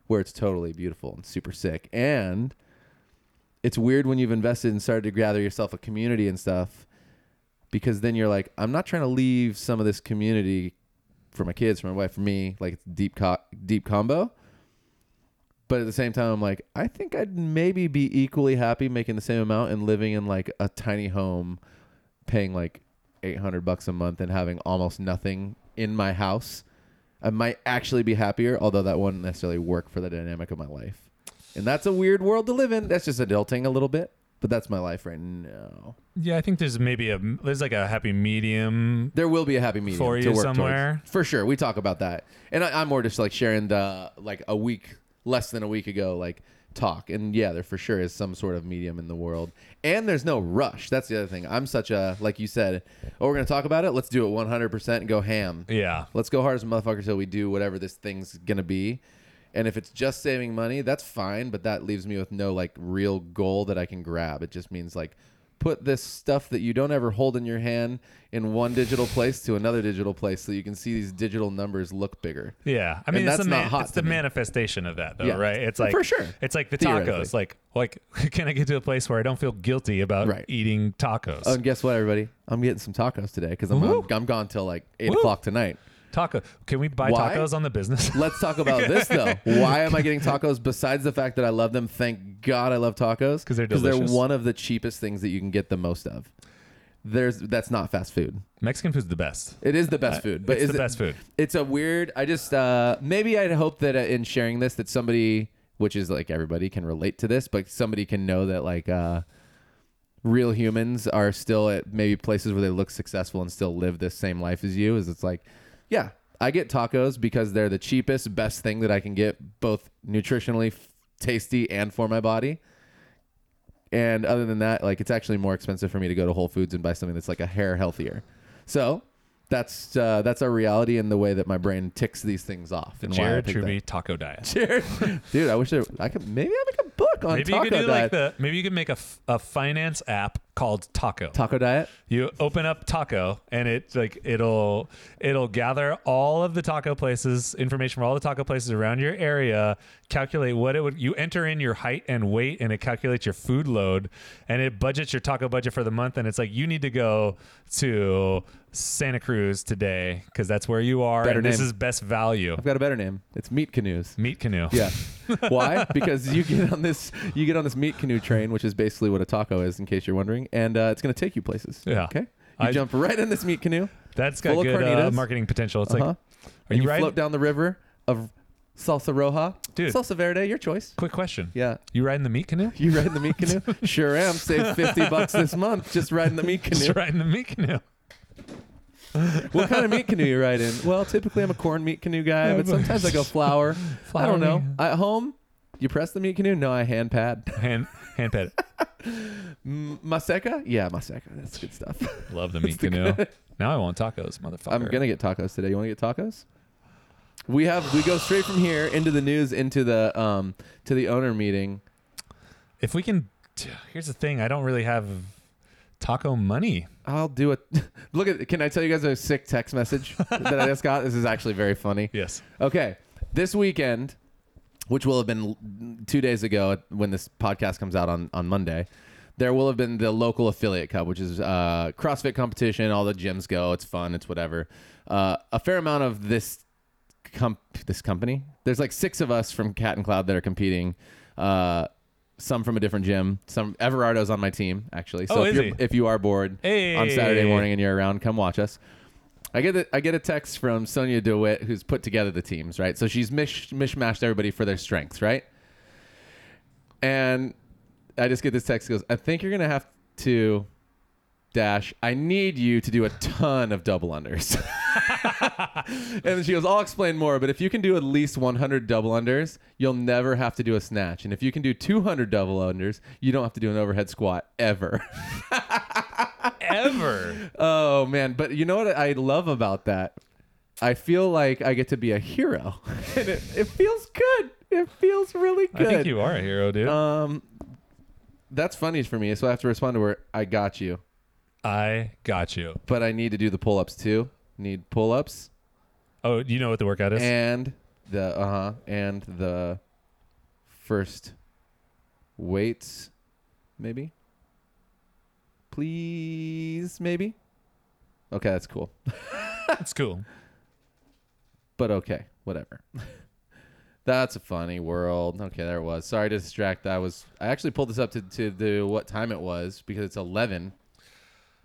where it's totally beautiful and super sick. And it's weird when you've invested and started to gather yourself a community and stuff because then you're like i'm not trying to leave some of this community for my kids for my wife for me like it's a deep co- deep combo but at the same time i'm like i think i'd maybe be equally happy making the same amount and living in like a tiny home paying like 800 bucks a month and having almost nothing in my house i might actually be happier although that wouldn't necessarily work for the dynamic of my life and that's a weird world to live in. That's just adulting a little bit, but that's my life right now. Yeah, I think there's maybe a there's like a happy medium. There will be a happy medium For to you work somewhere? towards. for sure. We talk about that, and I, I'm more just like sharing the like a week less than a week ago, like talk. And yeah, there for sure is some sort of medium in the world. And there's no rush. That's the other thing. I'm such a like you said. Oh, we're gonna talk about it. Let's do it 100 percent and go ham. Yeah. Let's go hard as a motherfucker till we do whatever this thing's gonna be. And if it's just saving money, that's fine, but that leaves me with no like real goal that I can grab. It just means like put this stuff that you don't ever hold in your hand in one digital place to another digital place so you can see these digital numbers look bigger. Yeah, I mean, And it's, that's the, not man- hot it's to the me. manifestation of that, though, Yeah. right? It's For like sure. It's like the Theoretically. tacos. Like, like, can I get to a place where I don't feel guilty about Right. eating tacos? Oh, and guess what, everybody? I'm getting some tacos today because I'm, I'm Woo. I'm gone till like eight Woo. o'clock tonight. Taco? Can we buy Why? tacos on the business? Let's talk about this though. Why am I getting tacos? Besides the fact that I love them, thank God I love tacos 'Cause they're delicious. one of the cheapest things that you can get the most of. There's that's not fast food. Mexican food's the best. It is the best food, but Uh, it's is the it- best food. It's a weird. I just uh, maybe I'd hope that uh, in sharing this that somebody, which is like everybody, can relate to this, but somebody can know that like uh, real humans are still at maybe places where they look successful and still live this same life as you. Is it's like, yeah, I get tacos because they're the cheapest, best thing that I can get, both nutritionally f- tasty and for my body. And other than that, like it's actually more expensive for me to go to Whole Foods and buy something that's like a hair healthier. So that's uh, that's our reality and the way that my brain ticks these things off. The and why I Jared picked that. Truby taco diet. Jared, dude, I wish I, I could maybe I make a book on Maybe you taco could do diet. like the. Maybe you could make a, f- a finance app called Taco. taco diet. You open up Taco, and it like it'll it'll gather all of the taco places information from all the taco places around your area. Calculate what it would. You enter in your height and weight, and it calculates your food load, and it budgets your taco budget for the month. And it's like you need to go to Santa Cruz today because that's where you are, Better and this name. is best value. I've got a better name. It's meat canoes. Meat canoe. Yeah. Why? Because you get on this you get on this meat canoe train, which is basically what a taco is, in case you're wondering, and uh, it's going to take you places. Yeah. Okay. You I- jump right in this meat canoe. That's got Full of good uh, carnitas. marketing potential. It's Uh-huh. like, are and you, you riding? float down the river of salsa roja, Dude. salsa verde, your choice. Quick question. Yeah. You riding the meat canoe? You riding the meat canoe? sure am. Save fifty bucks this month just riding the meat canoe. Just riding the meat canoe. What kind of meat canoe you ride in? Well, typically I'm a corn meat canoe guy, but sometimes I go flour. I Flour don't know. meat. At home, you press the meat canoe? No, I hand pad. Hand, hand pet. M- Maseca? Yeah, maseca. That's good stuff. Love the meat canoe. now I want tacos, motherfucker. I'm gonna get tacos today. You want to get tacos? We have we go straight from here into the news into the um to the owner meeting. If we can. Here's the thing. I don't really have taco money. I'll do a look at. Can I tell you guys a sick text message that I just got? This is actually very funny. Yes. Okay, this weekend, which will have been l- two days ago when this podcast comes out on on Monday, there will have been the local affiliate cup, which is uh, CrossFit competition. All the gyms go. It's fun. It's whatever. Uh, a fair amount of this comp this company. There's like six of us from Cat and Cloud that are competing. Uh, some from a different gym. Some Everardo's on my team actually. So Oh, if, is you're, he? if you are bored on Saturday Hey. morning and you're around, come watch us. I get a, I get a text from Sonia DeWitt who's put together the teams, right? So she's mish, mishmashed everybody for their strengths, right? And I just get this text that goes, I think you're gonna have to dash. I need you to do a ton of double unders. and then she goes, I'll explain more, but if you can do at least 100 double unders, you'll never have to do a snatch. And if you can do 200 double unders, you don't have to do an overhead squat ever. Ever. Oh man, but you know what I love about that? I feel like I get to be a hero, and it, it feels good. It feels really I good. think you are a hero, dude. Um, that's funny for me, so I have to respond to her. I got you, I got you. but I need to do the pull-ups too. Need pull-ups Oh, you know what the workout is? and the uh huh and the first weights, maybe. Please, maybe. Okay, that's cool. It's cool. but okay, whatever. That's a funny world. Okay, there it was. Sorry to distract. I was I actually pulled this up to to the what time it was because it's eleven.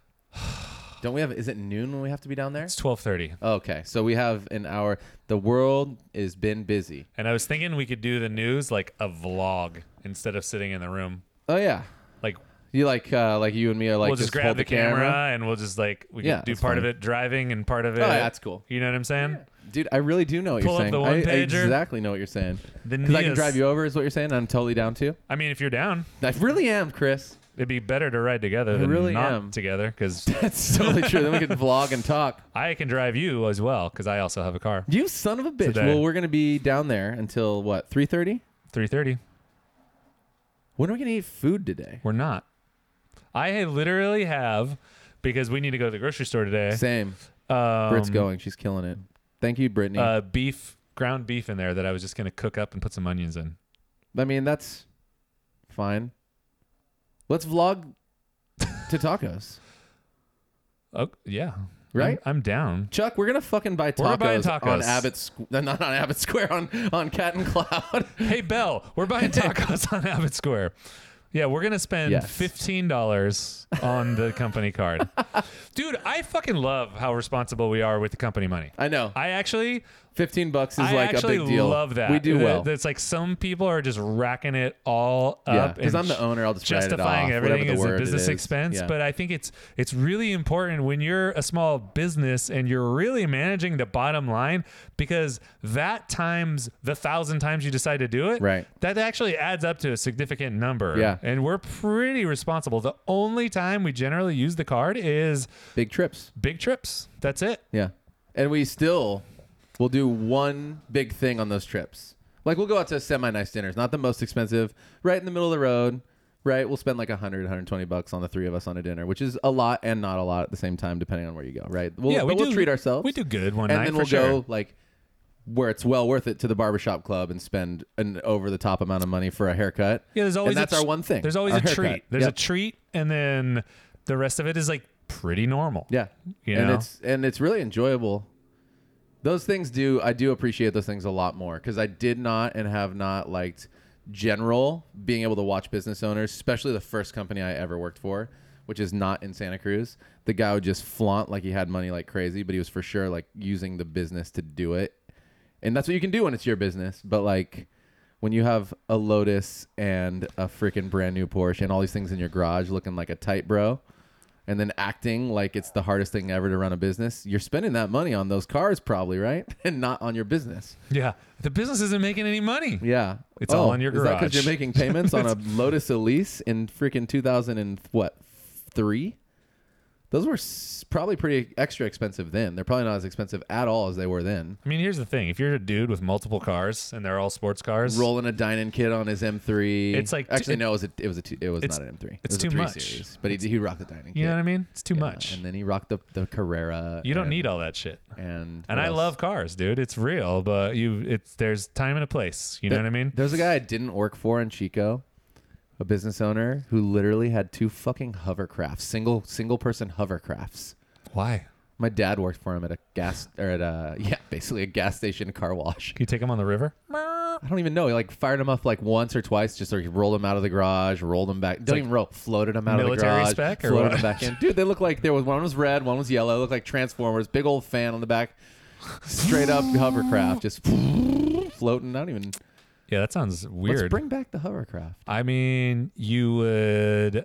Don't we have? Is it noon when we have to be down there? It's 12:30. Okay, so we have an hour. The world has been busy. And I was thinking we could do the news like a vlog instead of sitting in the room. Oh yeah, Like You like uh, like you and me are like we'll just, hold grab the camera, and we'll just like we Yeah, can do that's part of fine. it driving and part of it. Oh, yeah, that's cool. You know what I'm saying? Dude, I really do know what Pull you're up saying. the I, I one-pager. exactly know what you're saying. The Because I can Nias- drive you over is what you're saying. I'm totally down to. I mean, if you're down, I really am, Chris. it'd be better to ride together I than really not am. together because That's totally true. Then we can vlog and talk. I can drive you as well because I also have a car. You son of a bitch. Today. Well, we're gonna be down there until what? Three thirty. Three thirty. When are we gonna eat food today? We're not. I literally have because we need to go to the grocery store today. Same. Um, Britt's going. She's killing it. Thank you, Brittany. Uh, beef, ground beef in there that I was just gonna cook up and put some onions in. I mean, that's fine. Let's vlog to tacos, Oh yeah, right? I'm, I'm down. Chuck, we're gonna fucking buy We're buying tacos, on tacos. Abbott, Squ- no, not on Abbott Square, on on Cat and Cloud. Hey Bell, we're buying tacos on Abbott Square. Yeah, we're gonna spend Yes. fifteen dollars on the company card. Dude, I fucking love how responsible we are with the company money. I know. I actually, Fifteen bucks is I like a actually big deal. love that. We do That- well. That's like some people are just racking it all yeah, up. because and I'm the owner. I'll just write it justifying off, everything whatever the as a word it business is. expense Yeah. but i think it's it's really important when you're a small business and you're really managing the bottom line because that times the thousand times you decide to do it Right. that actually adds up to a significant number Yeah. and we're pretty responsible the only time we generally use the card is big trips. big trips that's it Yeah. And we still will do one big thing on those trips. Like we'll go out to semi nice dinners, not the most expensive, right in the middle of the road, right? We'll spend like 100, 120 bucks on the three of us on a dinner, which is a lot and not a lot at the same time, depending on where you go, right? We'll, yeah we but we'll do treat ourselves. we do good one And night then we'll for sure. go like where it's well worth it to the barbershop club and spend an over the top amount of money for a haircut. Yeah, there's always and a that's tr- our one thing. There's always our a haircut. treat. There's a Yep. treat, and then the rest of it is like pretty normal. Yeah. You and know? it's and it's really enjoyable. Those things do I do appreciate those things a lot more cuz I did not and have not liked general being able to watch business owners, especially the first company I ever worked for, which is not in Santa Cruz. The guy would just flaunt like he had money like crazy, but he was for sure like using the business to do it. And that's what you can do when it's your business, but like when you have a Lotus and a freaking brand new Porsche and all these things in your garage looking like a tight bro, and then acting like it's the hardest thing ever to run a business, you're spending that money on those cars probably, right? And not on your business. Yeah, the business isn't making any money. Yeah. It's all on your Is that because garage. you're making payments on a Lotus Elise in freaking 2000 and what, three? Those were s- probably pretty extra expensive then. They're probably not as expensive at all as they were then. I mean, here's the thing: if you're a dude with multiple cars and they're all sports cars, Rolling a dining kid on his M3. It's like- actually no, it was a, it was a two, it was It's- not an M3. it's it was too a three much. Series, but he, he rocked the dining. you know what I mean? It's too much. And then he rocked the, the Carrera. You don't and- need all that shit. And And what I else? love cars, dude. It's real, but you, it's there's time and a place. You know what I mean? There's a guy I didn't work for in Chico, a business owner who literally had two fucking hovercrafts, single single person hovercrafts. Why? My dad worked for him at a gas or at a yeah, basically a gas station car wash. Can you take them on the river? I don't even know. He like fired him up like once or twice, just like rolled him out of the garage, rolled him back. Don't even roll, floated him out of the military garage, spec or floated what? him back in. Dude, they look like there was one was red, one was yellow. Looked like Transformers, big old fan on the back, straight up hovercraft, just floating. I don't even. Yeah, that sounds Let's weird. bring back the hovercraft. I mean, you would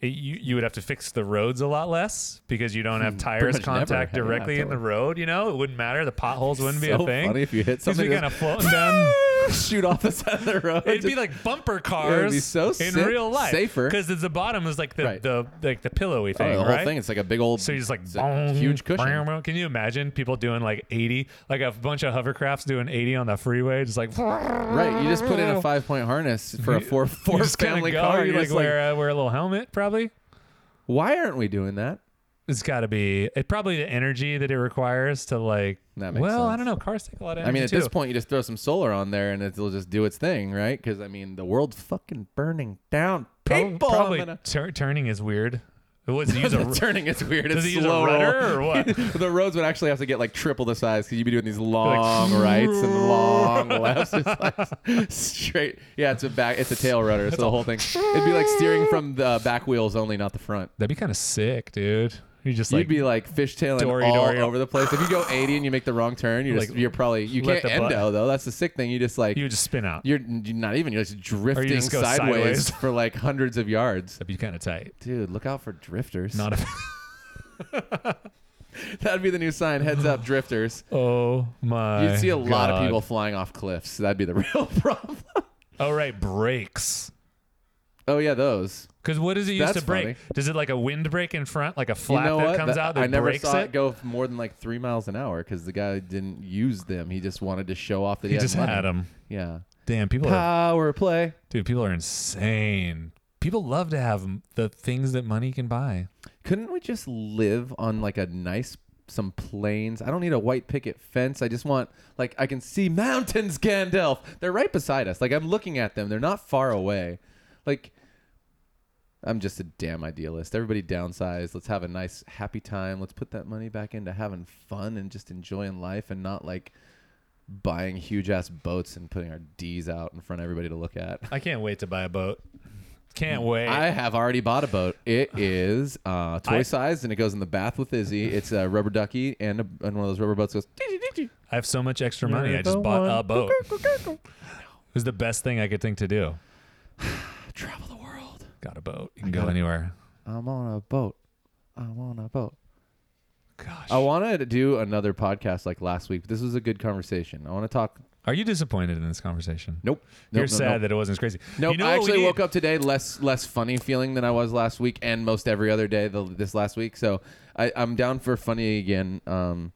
it, you, you would have to fix the roads a lot less because you don't have tires Hmm, much never. contact Yeah, directly in the totally. road. You know, it wouldn't matter. The potholes wouldn't be a so thing. funny if you hit 'Cause something we that- kind of floating down. shoot off the side of the road. It'd be Just- like bumper be cars so in sick- real life, safer. because the bottom is like the, Right. the like the pillowy Oh, thing, the whole right? thing. It's like a big old. So you just like it's a boom, huge cushion. boom. Can you imagine people doing like eighty, like a bunch of hovercrafts doing eighty on the freeway, just like Right, you just put in a five point harness for a four you four just kinda family go, car. You You're like just like, wear, uh, wear a little helmet, probably. why aren't we doing that? it's got to be it probably the energy that it requires to like That makes well i sense. don't know cars take a lot of energy I mean, at too. this point, you just throw some solar on there and it'll just do its thing, right? Because I mean, the world's fucking burning down. Prob- People, probably I'm gonna- tur- turning is weird it was use a the turning is weird. does It's he use a slow rudder or roll. what the roads would actually have to get like triple the size because you'd be doing these long rights and long lefts, It's like straight. Yeah, it's a back. It's a tail rudder, so the whole thing. It'd be like steering from the back wheels only, not the front. that'd be kind of sick dude You just You'd like be like fishtailing Dory, all Dory. over the place. If you go 80 and you make the wrong turn, you're just Like, you're probably you let can't the butt- endo though. That's the sick thing. You just like you you would just spin out. are not even you're just drifting just go sideways, sideways. for like hundreds of yards. That'd be kind of tight. Dude, look out for drifters. Not a. That'd be the new sign. Heads up, drifters. oh my. You'd see a lot of God. people flying off cliffs. That'd be the real problem. Oh right, brakes. Oh yeah, those. Because what does it use That's to break? funny. Does it like a wind break in front, like a You flap know that what? comes That- out that I never breaks saw it go more than like three miles an hour because the guy didn't use them. He just wanted to show off that he, He just money. had them. Yeah. Damn, people are Power play. dude. People are insane. People love to have m- the things that money can buy. Couldn't we just live on like a nice some plains? I don't need a white picket fence. I just want like I can see mountains, Gandalf. They're right beside us. Like I'm looking at them. They're not far away. Like I'm just a damn idealist. Everybody downsize. Let's have a nice happy time. Let's put that money back into having fun and just enjoying life and not like buying huge ass boats and putting our D's out in front of everybody to look at. I can't wait to buy a boat. Can't wait. Mm. I have already bought a boat. It is uh, toy I- sized and it goes in the bath with Izzy. It's a rubber ducky and, a, and one of those rubber boats goes. "Dee-dee-dee-dee." I have so much extra money. I just the bought one. a boat. It was the best thing I could think to do. Travel the world. Got a boat. You can go got it. anywhere. I'm on a boat. I'm on a boat. Gosh. I wanted to do another podcast like last week. This was a good conversation. I want to talk. Are you disappointed in this conversation? Nope. You're Nope, nope, sad Nope. that it wasn't as crazy. Nope, You know I what we actually need? woke up today less less funny feeling than I was last week and most every other day the, this last week. So I, I'm down for funny again. Um,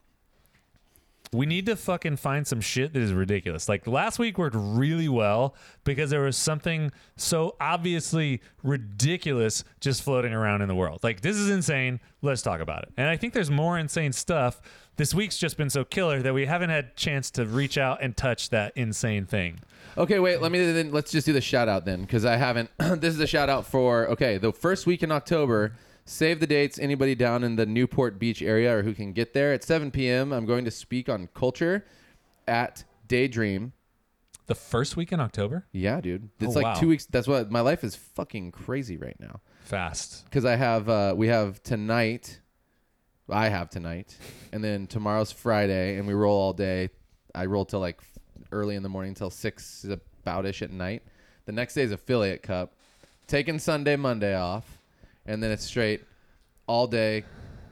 We need to fucking find some shit that is ridiculous. Like last week worked really well because there was something so obviously ridiculous just floating around in the world. Like this is insane. Let's talk about it. And I think there's more insane stuff. This week's just been so killer that we haven't had chance to reach out and touch that insane thing. Okay, wait. Let me then. Let's just do the shout out then, because I haven't. this is a shout out for okay the first week in October. Save the dates. Anybody down in the Newport Beach area or who can get there at 7 p.m. I'm going to speak on culture at Daydream. The first week in October? Yeah, dude. It's Oh, like wow. two weeks. That's what my life is fucking crazy right now. Fast. Because I have uh, we have tonight. I have tonight, and then tomorrow's Friday, and we roll all day. I roll till like early in the morning till six about ish at night. The next day's affiliate cup, taking Sunday Monday off, and then it's straight all day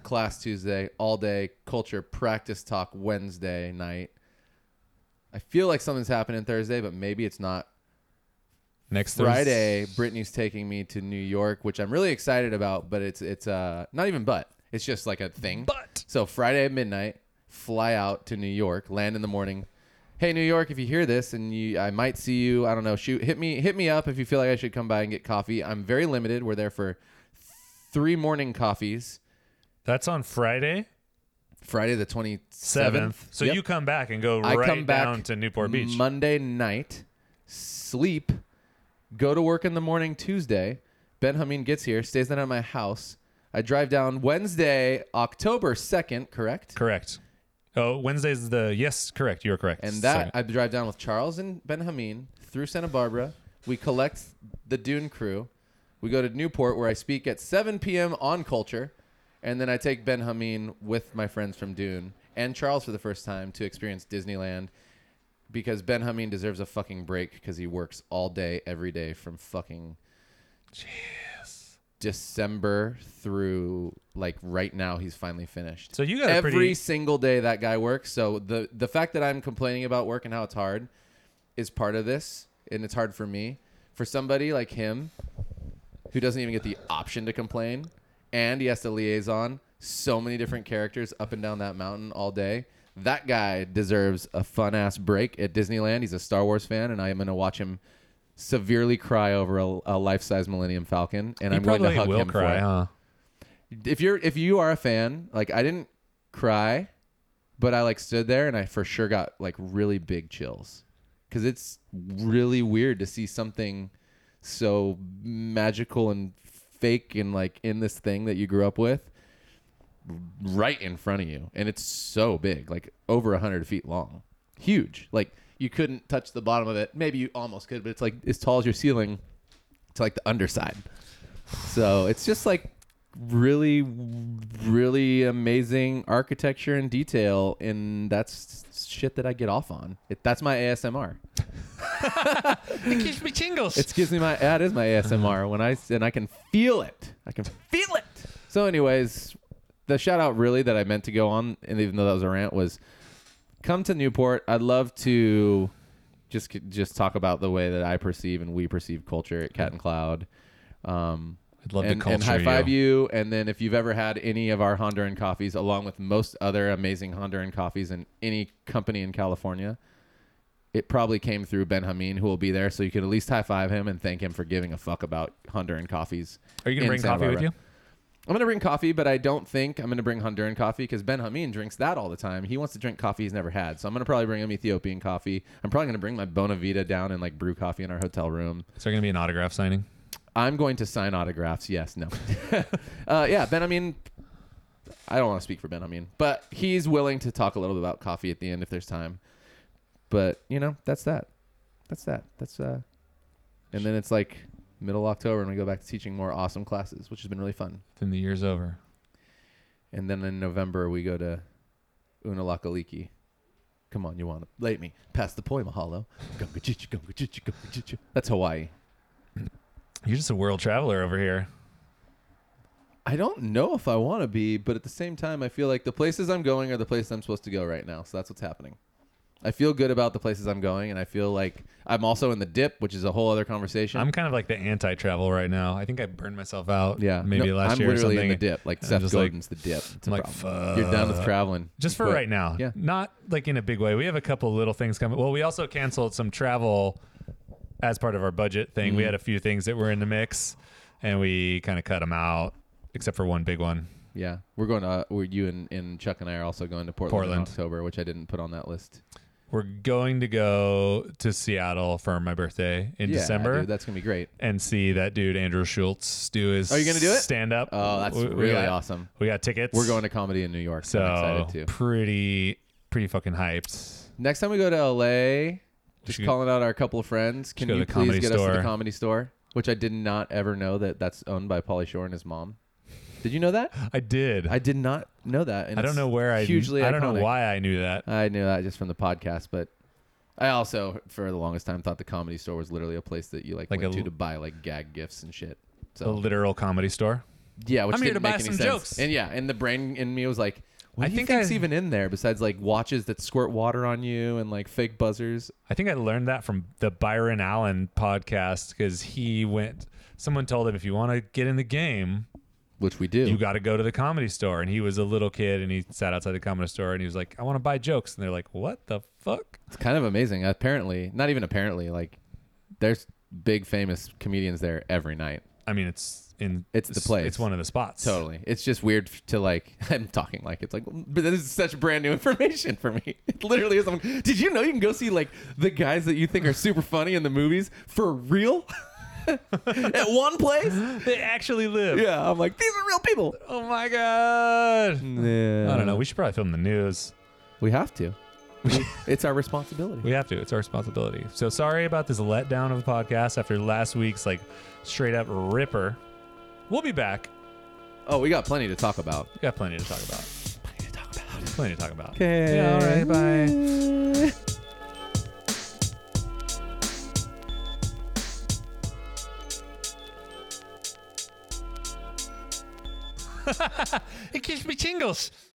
class Tuesday, all day culture practice talk Wednesday night. I feel like something's happening Thursday, but maybe it's not. Next Thursday. Friday, Brittany's taking me to New York, which I'm really excited about. But it's it's uh not even but it's just like a thing. But so Friday at midnight, fly out to New York, land in the morning. Hey New York, if you hear this and you, I might see you. I don't know. Shoot, hit me hit me up if you feel like I should come by and get coffee. I'm very limited. We're there for three morning coffees. that's on Friday, Friday the twenty 7th. seventh. So you come back and go I right come back down to Newport Beach. Monday night, sleep, go to work in the morning Tuesday. Ben Hameen gets here, stays the night at my house. I drive down Wednesday, October 2nd, correct? Correct. Oh, Wednesday's the yes, correct. You're correct. And that Second. I drive down with Charles and Ben Hameen through Santa Barbara. We collect the Dune crew. We go to Newport where I speak at 7 p.m. on culture. And then I take Ben Hameen with my friends from Dune and Charles for the first time to experience Disneyland because Ben Hameen deserves a fucking break because he works all day, every day from fucking December through like right now. He's finally finished. so you got a every pretty single day that guy works. So the the fact that I'm complaining about work and how it's hard is part of this, and it's hard for me. For somebody like him, who doesn't even get the option to complain, and he has to liaison so many different characters up and down that mountain all day. That guy deserves a fun ass break at Disneyland. He's a Star Wars fan, and I am going to watch him severely cry over a, a life size Millennium Falcon, and You I'm going to probably hug will him for cry, Uh, it. huh? If you're if you are a fan, like I didn't cry, but I like stood there and I for sure got like really big chills because it's really weird to see something so magical and fake and like in this thing that you grew up with right in front of you and it's so big like over 100 feet long huge like you couldn't touch the bottom of it maybe you almost could but it's like as tall as your ceiling to like the underside so it's just like really, really amazing architecture and detail, and that's shit that I get off on. It, that's my ASMR. It gives me tingles. It gives me my that is my ASMR when I s- and I can feel it. I can feel it. So, anyways, the shout out really that I meant to go on, and even though that was a rant, was come to Newport. I'd love to just just talk about the way that I perceive and we perceive culture at Cat and Cloud. Um, I'd love to and, culture and high five you. And then if you've ever had any of our Honduran coffees, along with most other amazing Honduran coffees in any company in California, it probably came through Ben Hameen, who will be there. So you could at least high five him and thank him for giving a fuck about Honduran coffees. Are you gonna in bring Santa coffee with Barbara. you? I'm gonna bring coffee, but I don't think I'm gonna bring Honduran coffee because Ben Hameen drinks that all the time. He wants to drink coffee he's never had, so I'm gonna probably bring him Ethiopian coffee. I'm probably gonna bring my Bonavita down and like brew coffee in our hotel room. Is there gonna be an autograph signing? I'm going to sign autographs. Yes, no. uh, yeah, Ben. I mean, I don't want to speak for Ben. I mean, but he's willing to talk a little bit about coffee at the end if there's time. But you know, that's that. That's that. That's uh. And then it's like middle October, and we go back to teaching more awesome classes, which has been really fun. Then the year's over. And then in November, we go to Unalakaliki. Come on, you want to late me? Pass the poi, mahalo. Gunga chicha, gunga chicha, gunga chicha. That's Hawaii. You're just a world traveler over here. I don't know if I want to be, but at the same time, I feel like the places I'm going are the places I'm supposed to go right now. So that's what's happening. I feel good about the places I'm going, and I feel like I'm also in the dip, which is a whole other conversation. I'm kind of like the anti-travel right now. I think I burned myself out. yeah, maybe No, last I'm year or literally something. in the dip. Like I'm Seth just like- Godin's the dip. It's a I'm like, problem. You're done with "Fuck." traveling. just for But- right now. Yeah. Not like in a big way. We have a couple little things coming. Well, we also canceled some travel as part of our budget thing. Mm-hmm. We had a few things that were in the mix, and we kind of cut them out, except for one big one. Yeah, we're going to. Uh, we're, you and, and Chuck and I are also going to Portland, in Portland. October, which I didn't put on that list. We're going to go to Seattle for my birthday in Yeah, December dude, that's gonna be great. and see that dude Andrew Schultz do his. Are you gonna do it? Stand up. Oh, that's We- we really got- awesome. We got tickets. We're going to comedy in New York. So I'm So excited too. pretty, pretty fucking hyped. Next time we go to LA, just should go- calling out our couple of friends. Can go to you the please Comedy get us to the Store. comedy store? Which I did not ever know that that's owned by Polly Shore and his mom. Did you know that? I did. I did not know that. And I don't it's know where I. hugely. I don't iconic. know why I knew that. I knew that just from the podcast, but I also for the longest time thought the comedy store was literally a place that you like, Like went a- to to buy like gag gifts and shit. a So literal comedy store. yeah, which I'm here to didn't make buy any some sense. jokes. And yeah, and the brain in me was like. What I do you think think's I- even in there besides like watches that squirt water on you and like fake buzzers? I think I learned that from the Byron Allen podcast because he went. Someone told him if you want to get in the game, Which we do. you got to go to the comedy store. And he was a little kid and he sat outside the comedy store and he was like, "I want to buy jokes." And they're like, "What the fuck?" It's kind of amazing. Apparently, not even apparently, like there's big famous comedians there every night. I mean, it's in. It's the place. It's one of the spots. Totally. It's just weird f- to like I'm talking like it's like but this is such brand new information for me. It literally is. I'm like, did you know you can go see like the guys that you think are super funny in the movies for real? At one place? They actually live. Yeah, I'm like, these are real people. Oh my god. Yeah. I don't know. We should probably film the news. We have to. We- it's our responsibility. We have to. It's our responsibility. So sorry about this letdown of the podcast after last week's like straight up ripper. We'll be back. oh, we got plenty to talk about. We got plenty to talk about. Plenty to talk about. Plenty to talk about. Okay. Yeah, all right. Bye. It gives me tingles.